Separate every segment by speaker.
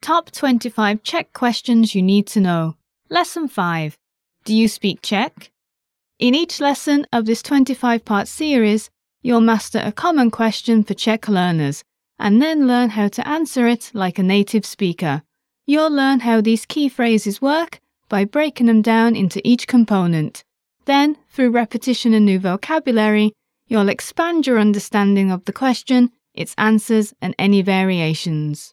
Speaker 1: Top 25 Czech questions you need to know. Lesson 5 Do you speak Czech? In each lesson of this 25 part series, you'll master a common question for Czech learners and then learn how to answer it like a native speaker. You'll learn how these key phrases work by breaking them down into each component. Then, through repetition and new vocabulary, you'll expand your understanding of the question, its answers, and any variations.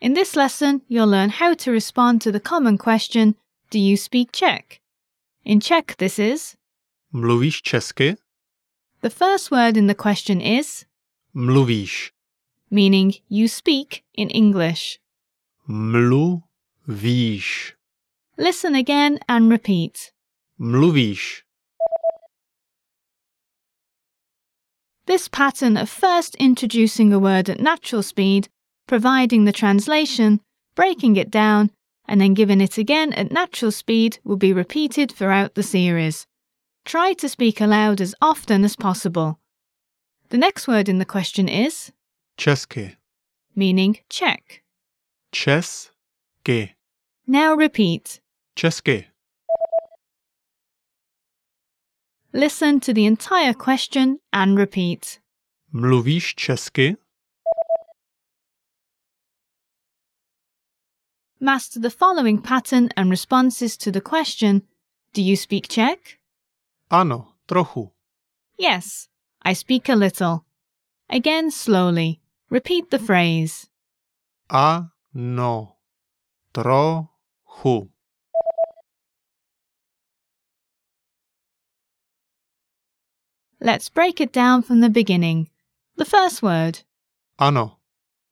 Speaker 1: In this lesson, you'll learn how to respond to the common question, Do you speak Czech? In Czech, this is
Speaker 2: Mluvíš česky?
Speaker 1: the first word in the question is,
Speaker 2: Mluvíš.
Speaker 1: meaning you speak in English.
Speaker 2: Mluvíš.
Speaker 1: Listen again and repeat.
Speaker 2: Mluvíš.
Speaker 1: This pattern of first introducing a word at natural speed, providing the translation, breaking it down, and then giving it again at natural speed will be repeated throughout the series. Try to speak aloud as often as possible. The next word in the question is,
Speaker 2: Česky.
Speaker 1: meaning check.
Speaker 2: Česky.
Speaker 1: Now repeat.
Speaker 2: Česky.
Speaker 1: Listen to the entire question and repeat.
Speaker 2: Mluvíš česky?
Speaker 1: Master the following pattern and responses to the question Do you speak Czech?
Speaker 2: Ano, trochu.
Speaker 1: Yes, I speak a little. Again, slowly. Repeat the phrase.
Speaker 2: Ano. Trochu.
Speaker 1: Let's break it down from the beginning. The first word
Speaker 2: Ano.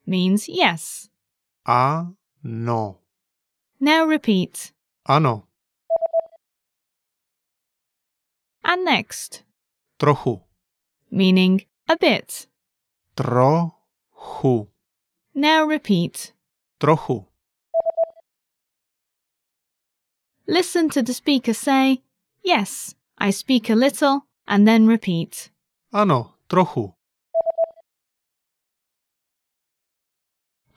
Speaker 1: means yes.
Speaker 2: Ano.
Speaker 1: Now repeat.
Speaker 2: Ano.
Speaker 1: And next,
Speaker 2: Trochu.
Speaker 1: meaning a bit.
Speaker 2: Trochu.
Speaker 1: Now repeat.
Speaker 2: Trochu.
Speaker 1: Listen to the speaker say, Yes, I speak a little, and then repeat.
Speaker 2: Ano, trochu.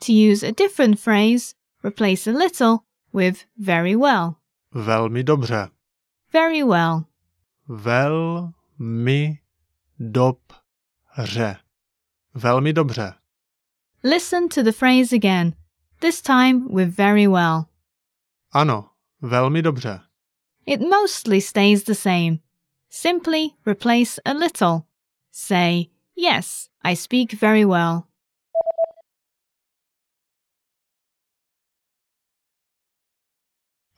Speaker 1: To use a different phrase, replace a little with very well.
Speaker 2: Velmi dobře.
Speaker 1: Very well.
Speaker 2: Velmi dobře. Velmi dobře.
Speaker 1: Listen to the phrase again, this time with very well.
Speaker 2: Ano, velmi dobře.
Speaker 1: It mostly stays the same. Simply replace a little. Say, Yes, I speak very well.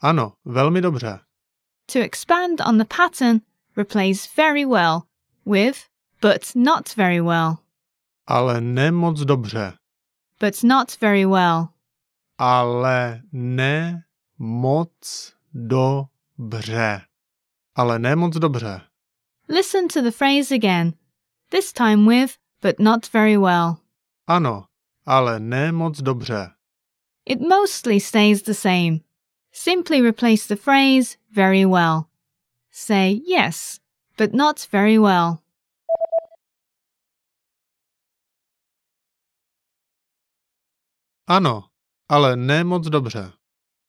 Speaker 2: Ano, velmi dobře.
Speaker 1: To expand on the pattern, replace very well with but not very well.
Speaker 2: Ale ne moc dobře.
Speaker 1: But not very well.
Speaker 2: Ale ne moc dobře. Ale ne moc dobře.
Speaker 1: Listen to the phrase again, this time with but not very well.
Speaker 2: Ano, ale ne moc dobře.
Speaker 1: It mostly stays the same. Simply replace the phrase very well. Say yes, but not very well.
Speaker 2: Ano, ale ne moc dobře.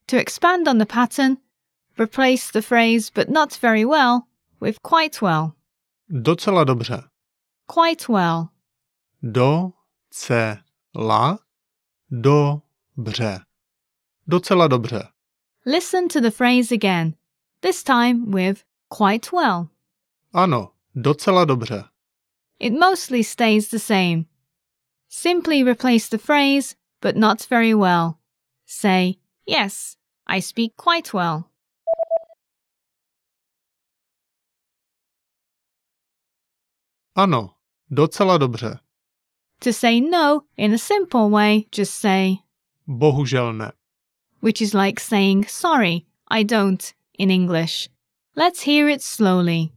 Speaker 1: To expand on the pattern, replace the phrase but not very well with quite well.
Speaker 2: Docela dobře.
Speaker 1: Quite well.
Speaker 2: Docela dobře. Docela dobře.
Speaker 1: Listen to the phrase again, this time with quite well.
Speaker 2: Ano, docela dobře.
Speaker 1: It mostly stays the same. Simply replace the phrase but not very well. Say, yes, I speak quite well.
Speaker 2: Ano, docela dobře.
Speaker 1: To say no in a simple way, just say,
Speaker 2: Bohužel ne.
Speaker 1: which is like saying sorry, I don't in English. Let's hear it slowly.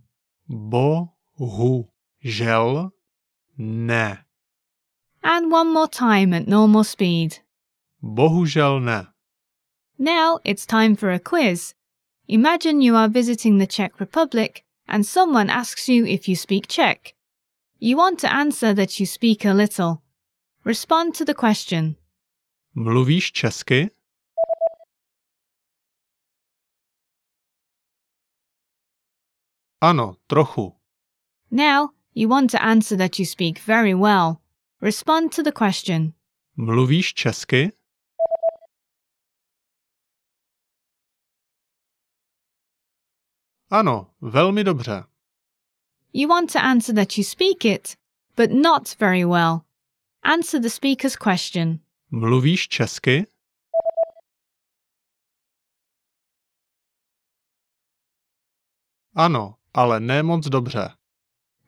Speaker 2: Bohužel ne.
Speaker 1: And one more time at normal speed.
Speaker 2: Bohužel ne.
Speaker 1: Now it's time for a quiz. Imagine you are visiting the Czech Republic and someone asks you if you speak Czech. You want to answer that you speak a little. Respond to the question.
Speaker 2: Mluvíš česky? Ano, trochu.
Speaker 1: Now, you want to answer that you speak very well. Respond to the question.
Speaker 2: Mluvíš česky? Ano, velmi dobře.
Speaker 1: You want to answer that you speak it, but not very well. Answer the speaker's question.
Speaker 2: Mluvíš česky? Ano, ale ne moc dobře.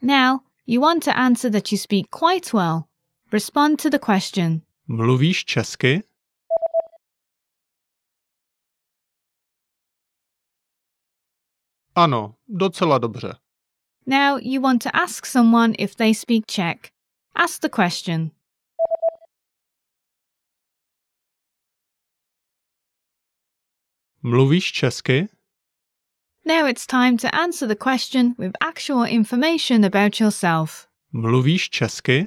Speaker 1: Now, you want to answer that you speak quite well. Respond to the question.
Speaker 2: Mluvíš česky? Ano, docela dobře.
Speaker 1: Now, you want to ask someone if they speak Czech. Ask the question.
Speaker 2: Mluvíš česky?
Speaker 1: Now it's time to answer the question with actual information about yourself.
Speaker 2: Mluvíš česky?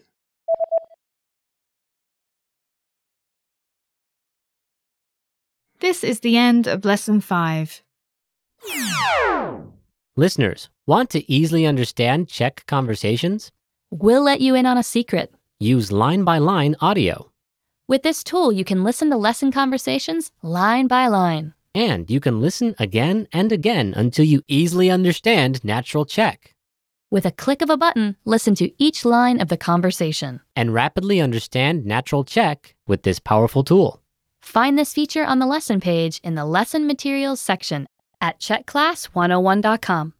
Speaker 1: This is the end of lesson 5.
Speaker 3: Listeners, want to easily understand Czech conversations?
Speaker 4: We'll let you in on a secret.
Speaker 3: Use line by line audio.
Speaker 4: With this tool, you can listen to lesson conversations line by line.
Speaker 3: And you can listen again and again until you easily understand natural Czech
Speaker 4: With a click of a button, listen to each line of the conversation.
Speaker 3: and rapidly understand natural Czech with this powerful tool.
Speaker 4: Find this oh feature on the lesson page in the lesson materials section at checkclass101.com.